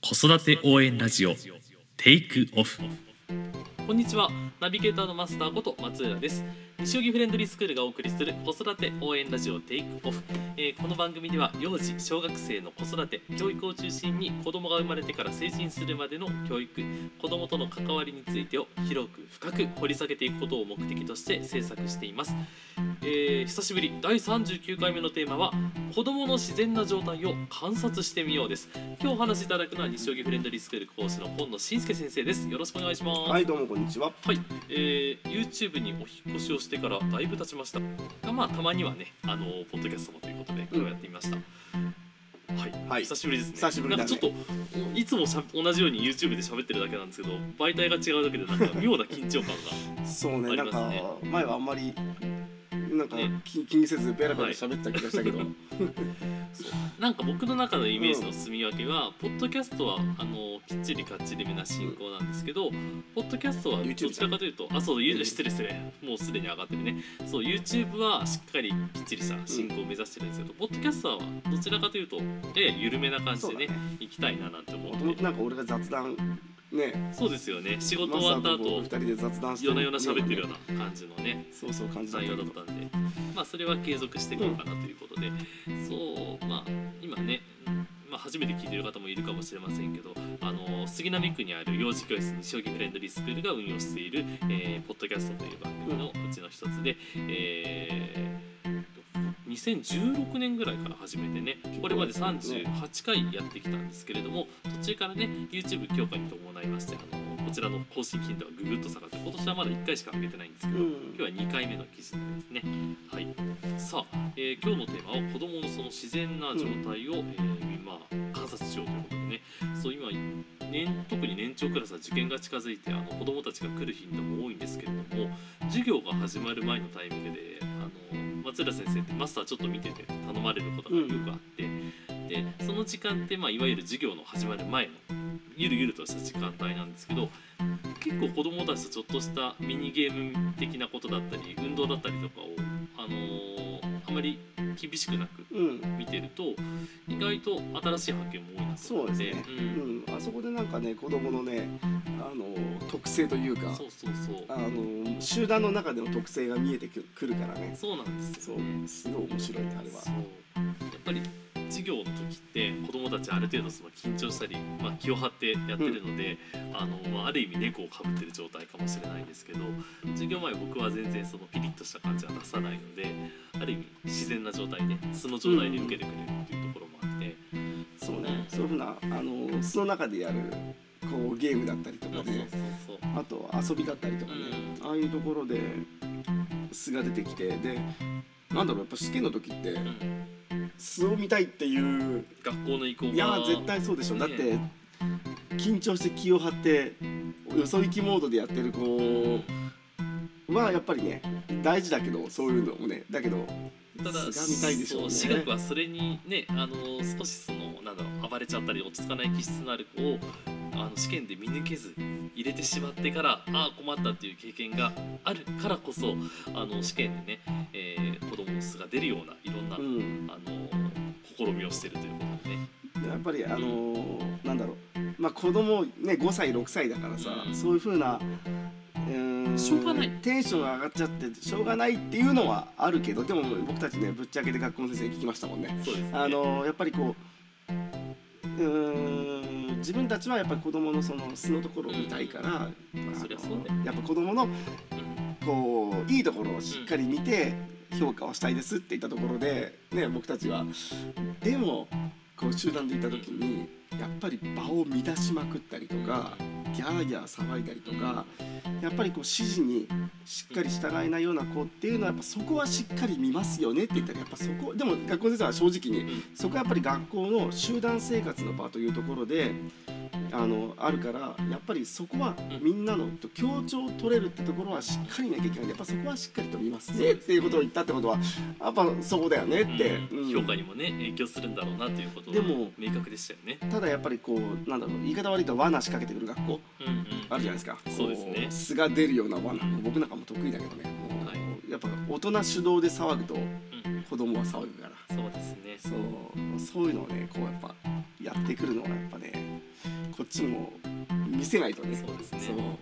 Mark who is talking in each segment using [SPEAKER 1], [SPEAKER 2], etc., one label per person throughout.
[SPEAKER 1] 子育て応援ラジオテイクオフ
[SPEAKER 2] こんにちはナビゲーターのマスターこと松浦です西荻フレンドリースクールがお送りする子育て応援ラジオテイクオフ、えーこの番組では幼児小学生の子育て教育を中心に子供が生まれてから成人するまでの教育子供との関わりについてを広く深く掘り下げていくことを目的として制作しています、えー久しぶり第39回目のテーマは子供の自然な状態を観察してみようです今日お話しいただくのは西荻フレンドリースクール講師の今野信介先生ですよろしくお願いします
[SPEAKER 3] はい、どうもこんにちは。
[SPEAKER 2] はい、えー、YouTube にお引っ越しをしてからだいぶ経ちましたがまあたまにはねあのポッドキャストもということで今日やってみました、はい、
[SPEAKER 3] はい
[SPEAKER 2] 久しぶりですね
[SPEAKER 3] 久しぶりだね
[SPEAKER 2] なんかちょっといつもしゃ同じように YouTube で喋ってるだけなんですけど媒体が違うだけでなんか妙な緊張感が
[SPEAKER 3] そうね、
[SPEAKER 2] あり
[SPEAKER 3] なん
[SPEAKER 2] ます
[SPEAKER 3] か
[SPEAKER 2] ね
[SPEAKER 3] 前はあんまりなんか
[SPEAKER 2] ね
[SPEAKER 3] 気気にせずベラベラ喋ってた気 がしたけど、
[SPEAKER 2] そうなんか僕の中のイメージの住み分けは、ポッドキャストはあのきっちりかっちりめな進行なんですけど、ポッドキャストはど
[SPEAKER 3] YouTube
[SPEAKER 2] ちらかというとあそう you-
[SPEAKER 3] うん
[SPEAKER 2] 失礼失礼もうすでに上がってるねそう YouTube はしっかりきっちりした進行を目指してるんですけど、ポッドキャストはどちらかというとええ緩めな感じ
[SPEAKER 3] そう
[SPEAKER 2] で
[SPEAKER 3] だ
[SPEAKER 2] ね
[SPEAKER 3] ね。
[SPEAKER 2] 行きたいななんて思
[SPEAKER 3] もと
[SPEAKER 2] っ
[SPEAKER 3] も
[SPEAKER 2] て
[SPEAKER 3] となんか俺が雑談ね、
[SPEAKER 2] そうですよね仕事
[SPEAKER 3] マ
[SPEAKER 2] 終
[SPEAKER 3] スタ
[SPEAKER 2] わった
[SPEAKER 3] ーと僕
[SPEAKER 2] 後
[SPEAKER 3] 二人で雑談して
[SPEAKER 2] 夜な夜な喋ってるような感じのね
[SPEAKER 3] そうそう感じだっ
[SPEAKER 2] 内
[SPEAKER 3] たけ
[SPEAKER 2] 容だ
[SPEAKER 3] ど
[SPEAKER 2] っ。たんで、まあ、それは継続していこうかなということで、そうまあ今ね、まあ、初めて聞いてる方もいるかもしれませんけどあの杉並区にある幼児教室西荻フレンドリースクールが運用している、えーポッドキャストという番組のうちの一つで、えー2016年ぐらいから始めてねこれまで38回やってきたんですけれども途中からね YouTube 強化に伴いましてあのこちらの更新頻度がぐぐっと下がって今年はまだ1回しか上げてないんですけど、
[SPEAKER 3] うん
[SPEAKER 2] 今日は2回目の記事になりますね。はい。さあ、えー今日のテーマは子供のその自然な状態を、えーまあ観察しようということでね。そう今年特に年長クラスは受験が近づいてあの子供たちが来る頻度も多いんですけれども、授業が始まる前のタイミングであの松浦先生ってマスターちょっと見てて頼まれることがよくあって、でその時間ってまあいわゆる授業の始まる前のゆるゆるとした時間帯なんですけど結構子どもたちとちょっとしたミニゲーム的なことだったり運動だったりとかを、あのーあまり厳しくなく
[SPEAKER 3] うん、
[SPEAKER 2] 見てると意外と新しい発見も多いなと思って
[SPEAKER 3] そうですね
[SPEAKER 2] ん
[SPEAKER 3] うん、あそこでなんかね子供のねあの特性というか
[SPEAKER 2] そうそうそう
[SPEAKER 3] あの集団の中での特性が見えてくくるからね。
[SPEAKER 2] そうなんです
[SPEAKER 3] そ
[SPEAKER 2] よね
[SPEAKER 3] う、すごい面白いねあれは
[SPEAKER 2] そ。うやっぱり授業の時って子どもたちある程度その緊張したり、まあ、気を張ってやってるので、あのまあある意味猫をかぶってる状態かもしれないんですけど授業前僕は全然そのピリッとした感じは出さないのである意味自然な状態で素の状態で受けてくれるっていうところもあって、
[SPEAKER 3] そうね、そういうふうなあの素の中でやるこうゲームだったりと
[SPEAKER 2] ま
[SPEAKER 3] か
[SPEAKER 2] あそう
[SPEAKER 3] で。
[SPEAKER 2] そうそう
[SPEAKER 3] あと遊びだったりとかね、ああいうところで素が出てきてでなんだろうやっぱ試験の時って
[SPEAKER 2] うん、
[SPEAKER 3] 素を見たいっていう
[SPEAKER 2] 学校の意向が
[SPEAKER 3] いやー絶対そうでしょ、
[SPEAKER 2] ね
[SPEAKER 3] だって緊張して気を張ってよそ行きモードでやってる子はやっぱりね大事だけどそういうのもねだけど
[SPEAKER 2] ただ
[SPEAKER 3] 素が見たいでしょうね
[SPEAKER 2] そう私学はそれにねあの少しそのなんだろう暴れちゃったり落ち着かない気質のある子をあの試験で見抜けず入れてしまってからああ困ったっていう経験があるからこそあの試験でね、えー、子供の素が出るようないろんな、
[SPEAKER 3] うん
[SPEAKER 2] あの試みをしてるということでね。
[SPEAKER 3] やっぱりあのーなんだろうまあ子供ね5歳6歳だからさ、
[SPEAKER 2] うん
[SPEAKER 3] そういうふうなうーん
[SPEAKER 2] しょうがない
[SPEAKER 3] テンションが上がっちゃってしょうがないっていうのはあるけどでも僕たちねぶっちゃけて学校の先生に聞きましたもんね。
[SPEAKER 2] そうですね。
[SPEAKER 3] あのやっぱりこううーん自分たちはやっぱり子供のその素のところを見たいから、あの
[SPEAKER 2] そりゃそうだよね
[SPEAKER 3] やっぱ子供
[SPEAKER 2] う
[SPEAKER 3] の
[SPEAKER 2] ん
[SPEAKER 3] こういいところをしっかり見て評価をしたいですって言ったところで、ね、僕たちはでもこう集団で行った時にやっぱり場を乱しまくったりとかギャーギャー騒いだりとかやっぱりこう指示にしっかり従えないような子っていうのはやっぱそこはしっかり見ますよねって言ったらやっぱそこでも学校の先生は正直に
[SPEAKER 2] うん
[SPEAKER 3] そこはやっぱり学校の集団生活の場というところであのあるからやっぱりそこは
[SPEAKER 2] うん
[SPEAKER 3] みんなのと協調を取れるってところはしっかり見なきゃいけないやっぱそこはしっかりと見ます
[SPEAKER 2] そうで
[SPEAKER 3] ね
[SPEAKER 2] す
[SPEAKER 3] っ
[SPEAKER 2] ね
[SPEAKER 3] ていうことを言ったってことはやっぱそこだよねって、
[SPEAKER 2] うん
[SPEAKER 3] うん
[SPEAKER 2] 評価にもね影響するんだろうなということが
[SPEAKER 3] でも
[SPEAKER 2] 明確でしたよね。
[SPEAKER 3] ただやっぱりこうなんだろう言い方悪いと罠仕掛けてくる学校
[SPEAKER 2] うんうん、
[SPEAKER 3] あるじゃないですか
[SPEAKER 2] そうですね
[SPEAKER 3] こ素が出るような罠
[SPEAKER 2] うん
[SPEAKER 3] 僕なんかも得意だけどねもう
[SPEAKER 2] はい
[SPEAKER 3] やっぱ大人主導で騒ぐと
[SPEAKER 2] うん、
[SPEAKER 3] 子供は騒ぐから
[SPEAKER 2] そうですね。
[SPEAKER 3] そうそういうのをねこうやっぱやってくるのがやっぱねこっちも見せないとね
[SPEAKER 2] そうですね
[SPEAKER 3] そう
[SPEAKER 2] も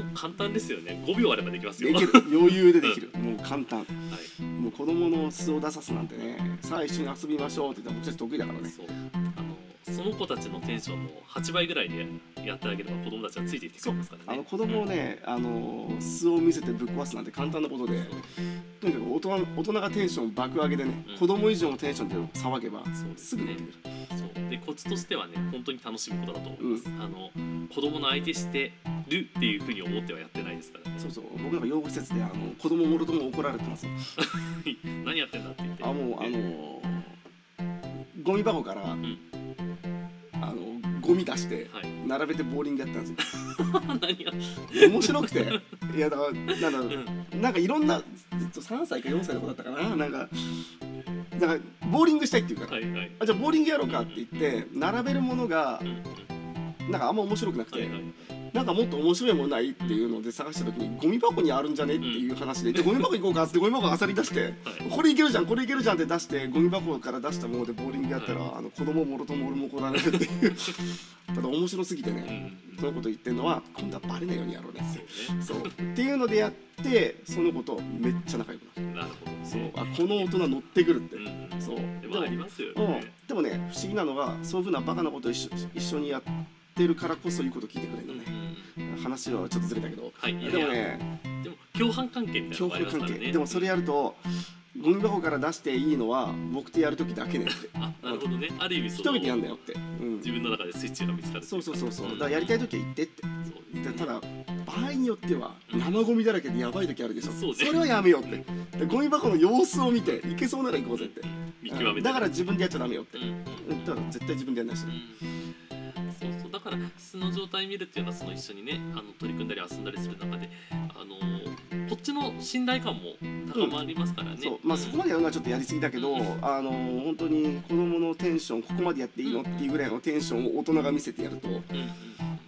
[SPEAKER 2] う簡単ですよね5秒あればできますよ
[SPEAKER 3] できる余裕でできるもう簡単
[SPEAKER 2] はい、
[SPEAKER 3] もう子供の素を出さすなんてねさあ一緒に遊びましょうって言ったら僕たち得意だからね
[SPEAKER 2] そうあのその子たちのテンションも8倍ぐらいでやってあげれば子供たちはついてきてくれますからね
[SPEAKER 3] あの子供をね、あの素を見せてぶっ壊すなんて簡単なことでとにかく大人大人がテンション爆上げでね、
[SPEAKER 2] うん
[SPEAKER 3] 子供以上のテンションで騒げば
[SPEAKER 2] そうです
[SPEAKER 3] す
[SPEAKER 2] ね
[SPEAKER 3] ぐ出てくる、
[SPEAKER 2] そうでコツとしてはね本当に楽しむことだと思います、
[SPEAKER 3] う
[SPEAKER 2] あの子供の相手してるっていうふうに思ってはやってないですからね
[SPEAKER 3] そうそう僕なんか養護施設であの子供もろとも怒られてますよ
[SPEAKER 2] 何やってんだって言って
[SPEAKER 3] あもうあのゴミ箱から、
[SPEAKER 2] ん
[SPEAKER 3] あのゴミ出して
[SPEAKER 2] はい
[SPEAKER 3] 並べてボーリングやったんですよ
[SPEAKER 2] 何やって
[SPEAKER 3] 面白くていやだからなんだろ
[SPEAKER 2] んだ
[SPEAKER 3] うなんかいろんなずっと3歳か4歳の子だったかななんかだからボーリングしたいっていうから、
[SPEAKER 2] はいはい
[SPEAKER 3] あじゃあボーリングやろうかって言って並べるものが
[SPEAKER 2] うんうん
[SPEAKER 3] なんかあんま面白くなくて、
[SPEAKER 2] はいはい
[SPEAKER 3] なんかもっと面白いものないっていうので探した時にゴミ箱にあるんじゃねっていう話で、でゴミ箱行こうかっつってゴミ箱あさり出して
[SPEAKER 2] はい
[SPEAKER 3] これいけるじゃんこれいけるじゃんって出してゴミ箱から出したものでボーリングやったら、あの子供もろとも俺も怒られるっていう ただ面白すぎて
[SPEAKER 2] うんう
[SPEAKER 3] ね、
[SPEAKER 2] ん
[SPEAKER 3] そのこと言ってるのは今度はバレないようにやろうね
[SPEAKER 2] そうね
[SPEAKER 3] そうっていうのでやってその子とめっちゃ仲良くなる
[SPEAKER 2] なるほどね
[SPEAKER 3] そうあこの大人乗ってくるって、
[SPEAKER 2] うんうん
[SPEAKER 3] そう
[SPEAKER 2] で
[SPEAKER 3] で
[SPEAKER 2] もあり
[SPEAKER 3] も
[SPEAKER 2] ますよ
[SPEAKER 3] うん
[SPEAKER 2] ね
[SPEAKER 3] でもね不思議なのがそういうふうなバカなことを一緒一緒にやってるからこそいうこと聞いてくれるのね、
[SPEAKER 2] うん
[SPEAKER 3] 話はちょっとずれたけど
[SPEAKER 2] はいいや
[SPEAKER 3] でもね
[SPEAKER 2] でも共犯関係みたいなの
[SPEAKER 3] 恐
[SPEAKER 2] もあります
[SPEAKER 3] 怖
[SPEAKER 2] か
[SPEAKER 3] 関
[SPEAKER 2] ら
[SPEAKER 3] 係
[SPEAKER 2] ね
[SPEAKER 3] でもそれやるとゴミ箱から出していいのは僕とやる時だけねって
[SPEAKER 2] あなるほどねある意味
[SPEAKER 3] 一
[SPEAKER 2] その
[SPEAKER 3] 人でやんだよって、うん
[SPEAKER 2] 自、分の中でスイッチが見つかる
[SPEAKER 3] そうそうそうそうだからやりたい時は言ってって
[SPEAKER 2] そうです
[SPEAKER 3] で
[SPEAKER 2] ね
[SPEAKER 3] ただ場合によっては生ゴミだらけでやばい時あるでしょ
[SPEAKER 2] そうね
[SPEAKER 3] れはやめようってでゴミ箱の様子を見ていけそうなら行こうぜって
[SPEAKER 2] 見極めて
[SPEAKER 3] だから自分でやっちゃダメよって
[SPEAKER 2] うんうんうん
[SPEAKER 3] だから絶対自分でやんないし
[SPEAKER 2] うんそうそうだから素の状態見るっていうのはその一緒にねあの取り組んだり遊んだりする中で、あのこっちの信頼感も高まりますからね。
[SPEAKER 3] そうまあそこまでやるのはちょっとやりすぎだけど、
[SPEAKER 2] うん
[SPEAKER 3] あの本当に子供のテンションここまでやっていいのっていうぐらいのテンションを大人が見せてやると
[SPEAKER 2] うんうん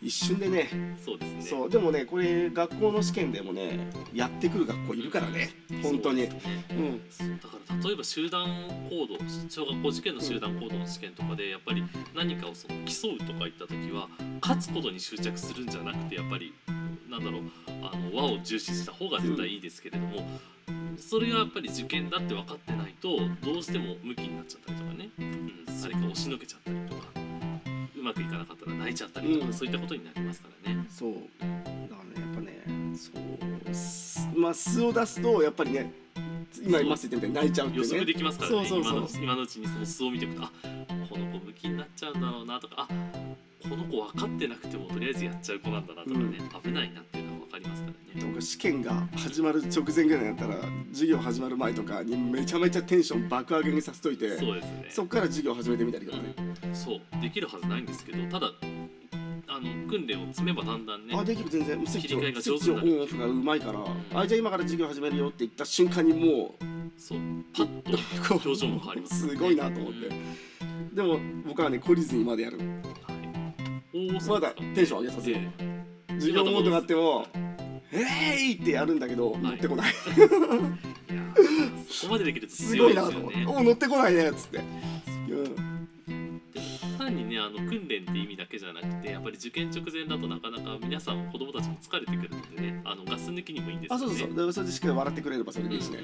[SPEAKER 3] 一瞬でね
[SPEAKER 2] うんそうですね。
[SPEAKER 3] そうでもねこれ学校の試験でもねやってくる学校いるからね本当に
[SPEAKER 2] そうですね
[SPEAKER 3] うん
[SPEAKER 2] そうだから例えば集団行動小学校受験の集団行動の試験とかでやっぱり何かをその競うとかいった時は勝つことに執着するんじゃなくてやっぱりなんだろうあの和を重視した方が絶対いいですけれども、それがやっぱり受験だって分かってないとどうしても向きになっちゃったりとかね、うん、誰か押しのけちゃったりとかうまくいかなかったら泣いちゃったりとか、
[SPEAKER 3] うん
[SPEAKER 2] そういったことになりますからね。
[SPEAKER 3] そうだからねやっぱねそうすまあ素を出すとやっぱりね今マス言ってみたいに泣いちゃうって
[SPEAKER 2] 予
[SPEAKER 3] いう
[SPEAKER 2] 測
[SPEAKER 3] ね
[SPEAKER 2] できますからね
[SPEAKER 3] そうそうそう
[SPEAKER 2] 今の今のうちにその素を見ていくとあこの子向きになっちゃうんだろうなとかあこの子分かってなくてもとりあえずやっちゃう子なんだなとかね、危ないなっていうのは分かりますからね。
[SPEAKER 3] なんか試験が始まる直前ぐらいだったら授業始まる前とかにめちゃめちゃテンション爆上げにさせといて
[SPEAKER 2] そうですね
[SPEAKER 3] そっから授業始めてみたりとかね、
[SPEAKER 2] うんそうできるはずないんですけどただあの訓練を積めばだんだんね
[SPEAKER 3] あできる全然スイッチを
[SPEAKER 2] 切り替えが
[SPEAKER 3] ス
[SPEAKER 2] 上
[SPEAKER 3] イッ
[SPEAKER 2] 手
[SPEAKER 3] チ
[SPEAKER 2] に
[SPEAKER 3] を
[SPEAKER 2] な
[SPEAKER 3] オ
[SPEAKER 2] る
[SPEAKER 3] ンオフがうまいから、あじゃあ今から授業始めるよって言った瞬間にもう
[SPEAKER 2] そうパッと
[SPEAKER 3] こう
[SPEAKER 2] 表情も変わります、
[SPEAKER 3] すごいなと思って、でも僕はね懲りずにまでやる
[SPEAKER 2] うんはい、おーそ
[SPEAKER 3] ま
[SPEAKER 2] うで
[SPEAKER 3] だ
[SPEAKER 2] すか
[SPEAKER 3] テンション上げさせよう
[SPEAKER 2] ええ
[SPEAKER 3] 授業モードがあっても「えい!」ってやるんだけど乗ってこない、
[SPEAKER 2] いやーそこまでできると
[SPEAKER 3] す
[SPEAKER 2] 強
[SPEAKER 3] ごい
[SPEAKER 2] いで
[SPEAKER 3] な
[SPEAKER 2] す
[SPEAKER 3] と
[SPEAKER 2] よ
[SPEAKER 3] 思って「
[SPEAKER 2] ね
[SPEAKER 3] お乗ってこないね」っつって、うん、
[SPEAKER 2] でも単にねあの訓練って意味だけじゃなくてやっぱり受験直前だとなかなか皆さん子供たちも疲れてくるのでねあのガス抜きにもいいんですよ
[SPEAKER 3] あ
[SPEAKER 2] ね
[SPEAKER 3] そうそうそうだからそれでしっかり笑ってくれればそれでいいしね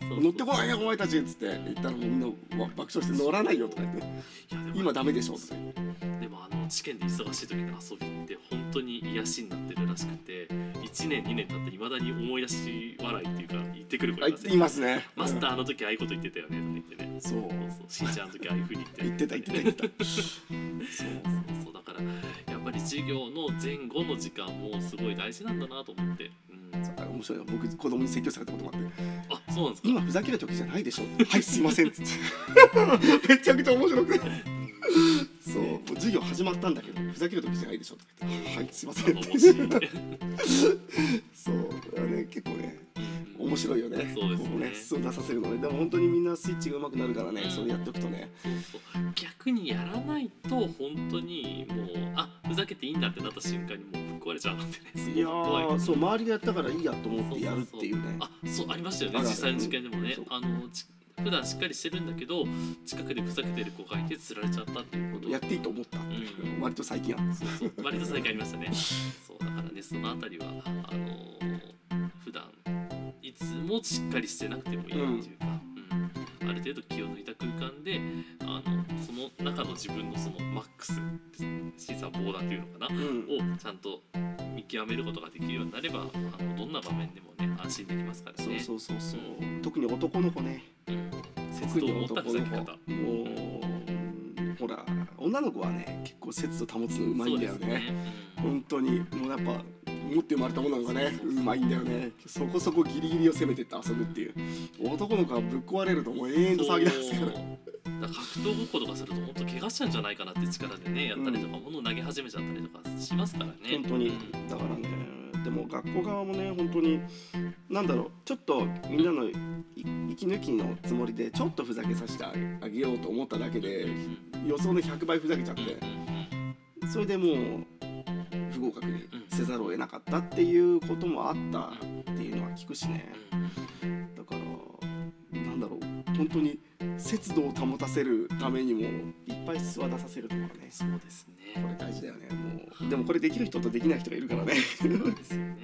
[SPEAKER 2] うん
[SPEAKER 3] 「
[SPEAKER 2] そうそ
[SPEAKER 3] う、
[SPEAKER 2] うん
[SPEAKER 3] 乗ってこないねお前たち」っつって言ったらもうみんなわ爆笑して「乗らないよ」とか言って
[SPEAKER 2] いやで
[SPEAKER 3] 「
[SPEAKER 2] も
[SPEAKER 3] 今ダメでしょ」とか言って
[SPEAKER 2] でもあの試験で忙しい時の遊びって本当に癒しになってるらしくて1年2年経っていまだに思い出し笑いっていうか言ってくる子
[SPEAKER 3] あ
[SPEAKER 2] い
[SPEAKER 3] 言
[SPEAKER 2] ま
[SPEAKER 3] っ
[SPEAKER 2] す
[SPEAKER 3] ていますね
[SPEAKER 2] マスタ
[SPEAKER 3] う
[SPEAKER 2] ーあの時ああいうこと言ってたよねとか言ってね
[SPEAKER 3] んそう
[SPEAKER 2] そうそうしんちゃんあの時ああいうふうに言って
[SPEAKER 3] 言ってた言ってた言ってたそう
[SPEAKER 2] そうそうだからやっぱり授業の前後の時間もすごい大事なんだなと思って、うん、
[SPEAKER 3] あ面白いよ僕子供に説教されたこともあって
[SPEAKER 2] あそうなんです
[SPEAKER 3] 「
[SPEAKER 2] か
[SPEAKER 3] 今ふざける時じゃないでしょ」はいすいま せん」っつってめちゃくちゃ面白くてそうもう授業始まったんだけどふざける時じゃないでしょ」とか言って「はいすいま せん」って
[SPEAKER 2] 頼もしい
[SPEAKER 3] そうあれ結構ね
[SPEAKER 2] うん
[SPEAKER 3] 面白いよね
[SPEAKER 2] そうですね
[SPEAKER 3] こうねそう出させるのねでも本当にみんなスイッチが上手くなるからね、
[SPEAKER 2] うん
[SPEAKER 3] それやっておくとね
[SPEAKER 2] そうそう逆にやらないと本当にもうあふざけていいんだってなった瞬間にもうぶっ壊れちゃうなんてねす
[SPEAKER 3] い
[SPEAKER 2] ごい
[SPEAKER 3] や
[SPEAKER 2] 怖い
[SPEAKER 3] ーそう周りがやったからいいやと思ってやるっていうね
[SPEAKER 2] あそうありましたよ
[SPEAKER 3] あ
[SPEAKER 2] ね
[SPEAKER 3] るある
[SPEAKER 2] 実際の受験でもね
[SPEAKER 3] うんそう
[SPEAKER 2] あのち普段しっかりしてるんだけど近くでふざけてる子がいて釣られちゃったっていうこと
[SPEAKER 3] やっていいと思った、
[SPEAKER 2] ん
[SPEAKER 3] 割と最近あった
[SPEAKER 2] そうそう 割と最近ありましたねそうだからねそのあたりはあのー普段いつもしっかりしてなくてもいいっていうか、うんある程度気を抜いた空間であのその中の自分のそのマックス審査棒だっていうのかな
[SPEAKER 3] うん
[SPEAKER 2] をちゃんと見極めることができるようになればあのどんな場面でもね安心できますから
[SPEAKER 3] そう
[SPEAKER 2] ね。
[SPEAKER 3] そうそうそう特に男の子ね
[SPEAKER 2] うん節
[SPEAKER 3] 特
[SPEAKER 2] 度を
[SPEAKER 3] に
[SPEAKER 2] 持った
[SPEAKER 3] 男
[SPEAKER 2] ふざ
[SPEAKER 3] の
[SPEAKER 2] け
[SPEAKER 3] 子も
[SPEAKER 2] 方。
[SPEAKER 3] うほら女の子はね結構節度保つのうまいんだよ
[SPEAKER 2] そうです
[SPEAKER 3] ね
[SPEAKER 2] うん
[SPEAKER 3] 本当にもうやっぱ持って生まれたものがね
[SPEAKER 2] そうそう
[SPEAKER 3] う
[SPEAKER 2] そう
[SPEAKER 3] まいんだよねそこそこギリギリを攻めてって遊ぶっていう男の子はぶっ壊れるともう永遠と騒ぎ出すか
[SPEAKER 2] そうだ
[SPEAKER 3] ら
[SPEAKER 2] から格闘ごっことかすると本当怪我しちゃうんじゃないかなって力でねやったりとか、物投げ始めちゃったりとかしますからね
[SPEAKER 3] 本当に
[SPEAKER 2] うん
[SPEAKER 3] だからねでも学校側もね本当になんだろうちょっとみんなのい息抜きのつもりでちょっとふざけさせてあげあげようと思っただけ
[SPEAKER 2] うんう
[SPEAKER 3] で
[SPEAKER 2] ん
[SPEAKER 3] 予想の100倍ふざけちゃっ
[SPEAKER 2] うん
[SPEAKER 3] てそれでもう不合格にせざるを得なかったっていうこともあったっていうのは聞くしねだからなんだろう本当に節度を保たせるためにもいっぱい素は出させるとかね
[SPEAKER 2] そうですね
[SPEAKER 3] これ大事だよねもうでもこれできる人とできない人がいるからね
[SPEAKER 2] そうなんですよね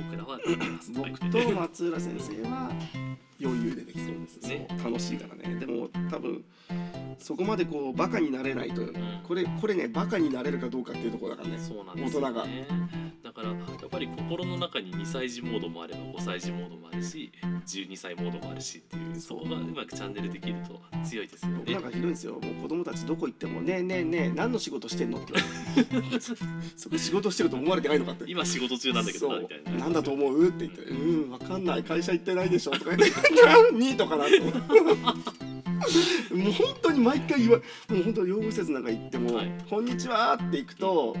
[SPEAKER 2] 僕らはできます
[SPEAKER 3] 僕
[SPEAKER 2] はい
[SPEAKER 3] と松浦先生は余裕でできそうです
[SPEAKER 2] ね
[SPEAKER 3] そう楽しいからねでも多分そこまでこうバカになれないとこれこれねバカになれるかどうかっていうところだからね
[SPEAKER 2] そうなんですよねだからやっぱり心の中に2歳児モードもあれば5歳児モードもあるし12歳モードもあるしっていうそこがうまくチャンネルできると強いですよ
[SPEAKER 3] 僕
[SPEAKER 2] ね
[SPEAKER 3] なんかひどいんですよもう子供たちどこ行っても「ねえねえねえ何の仕事してんの?」 って言われてそこ仕事してると思われてないのかって
[SPEAKER 2] 今仕事中なんだけど
[SPEAKER 3] そ
[SPEAKER 2] な
[SPEAKER 3] う
[SPEAKER 2] みたいな
[SPEAKER 3] なんだと思うって言って「うんわかんない会社行ってないでしょ」とか言って「ニートかな」と思ってもう本当に毎回言わもう本当養護施設なんか行っても
[SPEAKER 2] はい
[SPEAKER 3] 「こんにちは」って行くと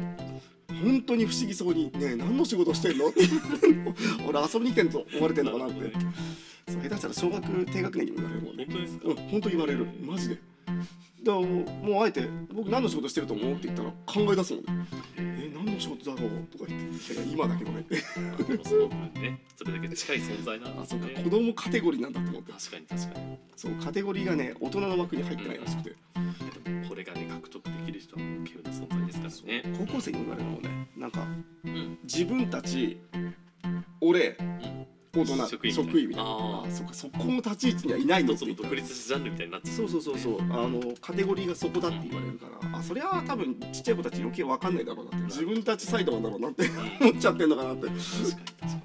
[SPEAKER 3] 本当に不思議そうに「ねえ何の仕事してんの?」って「俺遊びに来てんと思われてんのかな」って
[SPEAKER 2] なるほどね
[SPEAKER 3] そう下手したら小学低学年にも言われるもんね
[SPEAKER 2] 本当ですか
[SPEAKER 3] うん本当言われるマジでだからもうもうあえて「僕何の仕事してると思う?」って言ったら考え出すもんね「え何の仕事だろう?」とか言って「いやいや今だけどね」
[SPEAKER 2] でもその分ね、それだけ近い存在なん
[SPEAKER 3] あ
[SPEAKER 2] です
[SPEAKER 3] そうか
[SPEAKER 2] ね。
[SPEAKER 3] 子供カテゴリーなんだと思って
[SPEAKER 2] 確かに確かに。
[SPEAKER 3] そうカテゴリーがね大人の枠に入ってないらしくて、
[SPEAKER 2] でもこれがね獲得できる人は稀有な存在ですからね。
[SPEAKER 3] 高校生にも言われるもんねなんか
[SPEAKER 2] うん。
[SPEAKER 3] 自分たち俺
[SPEAKER 2] ん
[SPEAKER 3] 大人
[SPEAKER 2] 職員
[SPEAKER 3] 職員みたいな
[SPEAKER 2] あ
[SPEAKER 3] あ
[SPEAKER 2] あ
[SPEAKER 3] そっかそこの立ち位置にはいないのっ
[SPEAKER 2] 一つ
[SPEAKER 3] て
[SPEAKER 2] の
[SPEAKER 3] 言った
[SPEAKER 2] 独立ジャンルみたいになっちゃ
[SPEAKER 3] そうそうそうそうあのカテゴリーがそこだって言われるからあそりゃあ多分ちっちゃい子たち余計わかんないだろうなって自分たちサイドなんだろうなって
[SPEAKER 2] うん。
[SPEAKER 3] 思っちゃってんのかなって、
[SPEAKER 2] 確かに確か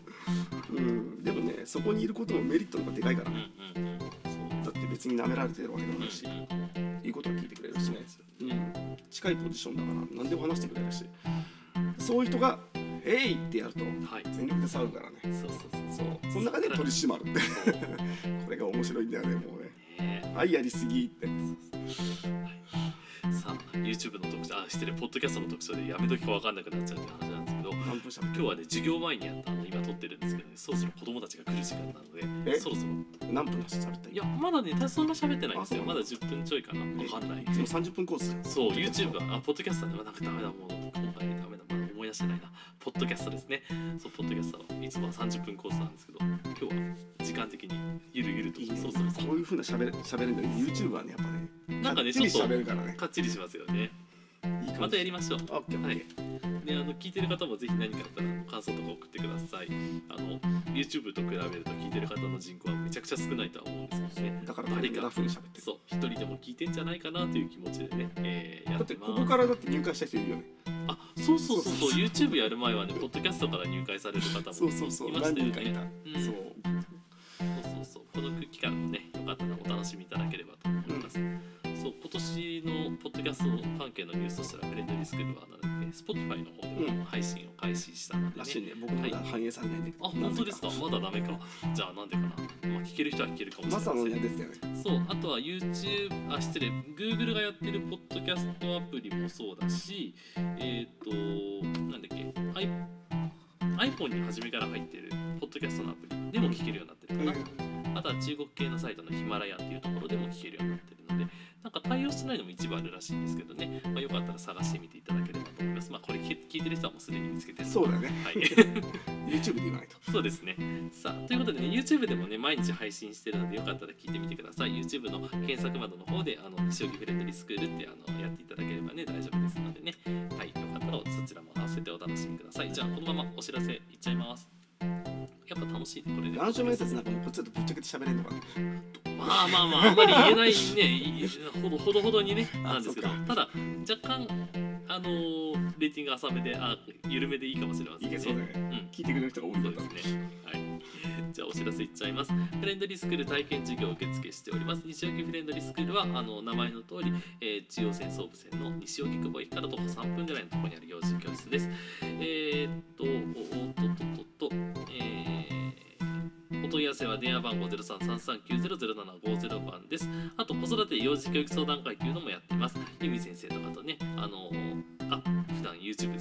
[SPEAKER 3] うん、でもねそこにいることのメリットの方がでかいから
[SPEAKER 2] に。
[SPEAKER 3] ね
[SPEAKER 2] うんうんうん。
[SPEAKER 3] だって別に舐められてるわけでもないし
[SPEAKER 2] そう。うん
[SPEAKER 3] いいことは聞いてくれるしね
[SPEAKER 2] うん。
[SPEAKER 3] 近いポジションだから何でも話してくれるしそういう人が「えい!」ってやると
[SPEAKER 2] はい。
[SPEAKER 3] 全力で触るからね
[SPEAKER 2] そうそうそう
[SPEAKER 3] そうその中で取り締まるって
[SPEAKER 2] そう。ね
[SPEAKER 3] これが面白いんだよねもうね
[SPEAKER 2] え
[SPEAKER 3] はいやりすぎって
[SPEAKER 2] さあ YouTube の特徴あ失礼ポッドキャストの特徴でやめときかわかんなくなっちゃうって話なんですけど。
[SPEAKER 3] 何分しゃべ
[SPEAKER 2] 今日はね授業前にやったあの今撮ってるんですけどねそろそろ子供たちが来る時間なので
[SPEAKER 3] え
[SPEAKER 2] そろそろ
[SPEAKER 3] 何分しゃべった
[SPEAKER 2] いやまだねたそんな喋ってないんですよ
[SPEAKER 3] あそう
[SPEAKER 2] まだ10分ちょいかな
[SPEAKER 3] え
[SPEAKER 2] わかんない
[SPEAKER 3] いつも30分コースじゃん
[SPEAKER 2] そう YouTube はあポッドキャストはねなんかダメだもう今回ダメだまだ思い出してないなポッドキャストですねそうポッドキャストはいつもは30分コースなんですけど今日は時間的にゆるゆると
[SPEAKER 3] いいね
[SPEAKER 2] そうそうそ
[SPEAKER 3] こういうふうなしゃべるしゃべるんだよ YouTube はねやっぱね
[SPEAKER 2] うなんかね
[SPEAKER 3] が
[SPEAKER 2] ちょ
[SPEAKER 3] り
[SPEAKER 2] っ
[SPEAKER 3] しゃ
[SPEAKER 2] と
[SPEAKER 3] べるからね
[SPEAKER 2] かっちりしますよね
[SPEAKER 3] いい感
[SPEAKER 2] またや
[SPEAKER 3] じ
[SPEAKER 2] りましょう
[SPEAKER 3] あオッケーオッ
[SPEAKER 2] はい、であの聞いてる方もぜひ何かあったら感想とか送ってくださいあの YouTube と比べると聞いてる方の人口はめちゃくちゃ少ないとは思うんですけどね
[SPEAKER 3] だから誰かがふうにしゃべってる
[SPEAKER 2] そう一人でも聞いてんじゃないかなという気持ちでね、えーや
[SPEAKER 3] だ
[SPEAKER 2] っ
[SPEAKER 3] って
[SPEAKER 2] てます
[SPEAKER 3] ここからだって入会した人いるよね
[SPEAKER 2] あそうそうそうそう
[SPEAKER 3] そうそうそう
[SPEAKER 2] YouTube やる前はねポッドキャストから入会される方も
[SPEAKER 3] そうそうそう
[SPEAKER 2] いまし
[SPEAKER 3] 何
[SPEAKER 2] たよ
[SPEAKER 3] 人かいた
[SPEAKER 2] ねうん
[SPEAKER 3] そ
[SPEAKER 2] そううそうそうこの期間もねよかったらお楽しみいただければと思います、そう今年のポッドキャスト関係のニュースとしたらフレンドリースクールはなんだっけ Spotify の方でも配信を開始したので、ね
[SPEAKER 3] らしいね僕まだ反映されないんだけど
[SPEAKER 2] あ本当ですかまだダメかじゃあなんでかな、まあ、聞ける人は聞けるかもしれ
[SPEAKER 3] マ
[SPEAKER 2] ませ
[SPEAKER 3] サ
[SPEAKER 2] ん
[SPEAKER 3] のね出てたよね
[SPEAKER 2] そうあとは YouTube あ失礼 Google がやってるポッドキャストアプリもそうだしえっ、となんだっけ i iPhone に初めから入ってるポッドキャストのアプリでも聞けるようになってるかな、あとは中国系のサイトのヒマラヤっていうところでも聞けるようになってるので、なんか対応してないのも一部あるらしいんですけどね、まあ、よかったら探してみていただければと思います。ます。まあこれ聞聞いてる人はもうすでに見つけてる。
[SPEAKER 3] そうだね
[SPEAKER 2] はい。
[SPEAKER 3] YouTube で言わないと
[SPEAKER 2] そうですね。さあということでね YouTube でもね毎日配信してるのでよかったら聞いてみてください。YouTube の検索窓の方であの西荻フレンドリースクールってあのやっていただければね大丈夫ですのでね。はい。よかったらそちらも合わせてお楽しみください。じゃあこのままお知らせいっちゃいます。やっぱ楽しいねこれで。
[SPEAKER 3] 暗証面接なんかもうこっちだとぶっちゃけて喋れんのかな
[SPEAKER 2] まあまあまああんまり言えないねい いほどほどほどにね
[SPEAKER 3] あ
[SPEAKER 2] なんですけど
[SPEAKER 3] そった
[SPEAKER 2] だ若干あのーレーティング浅めであ緩めでいいかもしれません
[SPEAKER 3] い
[SPEAKER 2] ね。
[SPEAKER 3] けそうだね
[SPEAKER 2] うん
[SPEAKER 3] 聞いてくれる人が多い
[SPEAKER 2] そ
[SPEAKER 3] こ
[SPEAKER 2] う
[SPEAKER 3] とだ
[SPEAKER 2] ですね。はい。 じゃあお知らせいっちゃいます。フレンドリースクール体験授業を受付しております。西荻フレンドリースクールはあの名前の通り、えー中央線総武線の西荻久保駅から徒歩3分ぐらいのところにある幼児教室です。えー、っとおおっとっとっとっと、えーお問い合わせは電話番号0333900750番です。あと子育て幼児教育相談会というのもやってます。ゆみ先生とかとね、あのあ普段 YouTube で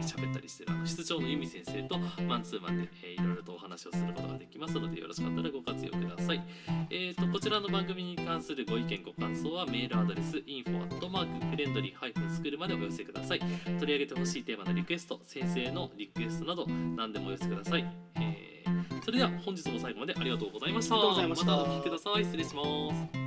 [SPEAKER 2] 喋ったりしてるあの室長のゆみ先生とマンツーマンで、えーいろいろとお話をすることができますのでよろしかったらご活用ください。えー、とこちらの番組に関するご意見ご感想はメールアドレス info.friendly-school までお寄せください。取り上げてほしいテーマのリクエスト先生のリクエストなど何でもお寄せください。えーそれでは本日も最後までありがとうございました。
[SPEAKER 3] ありがとうございました
[SPEAKER 2] お聞きください。失礼します。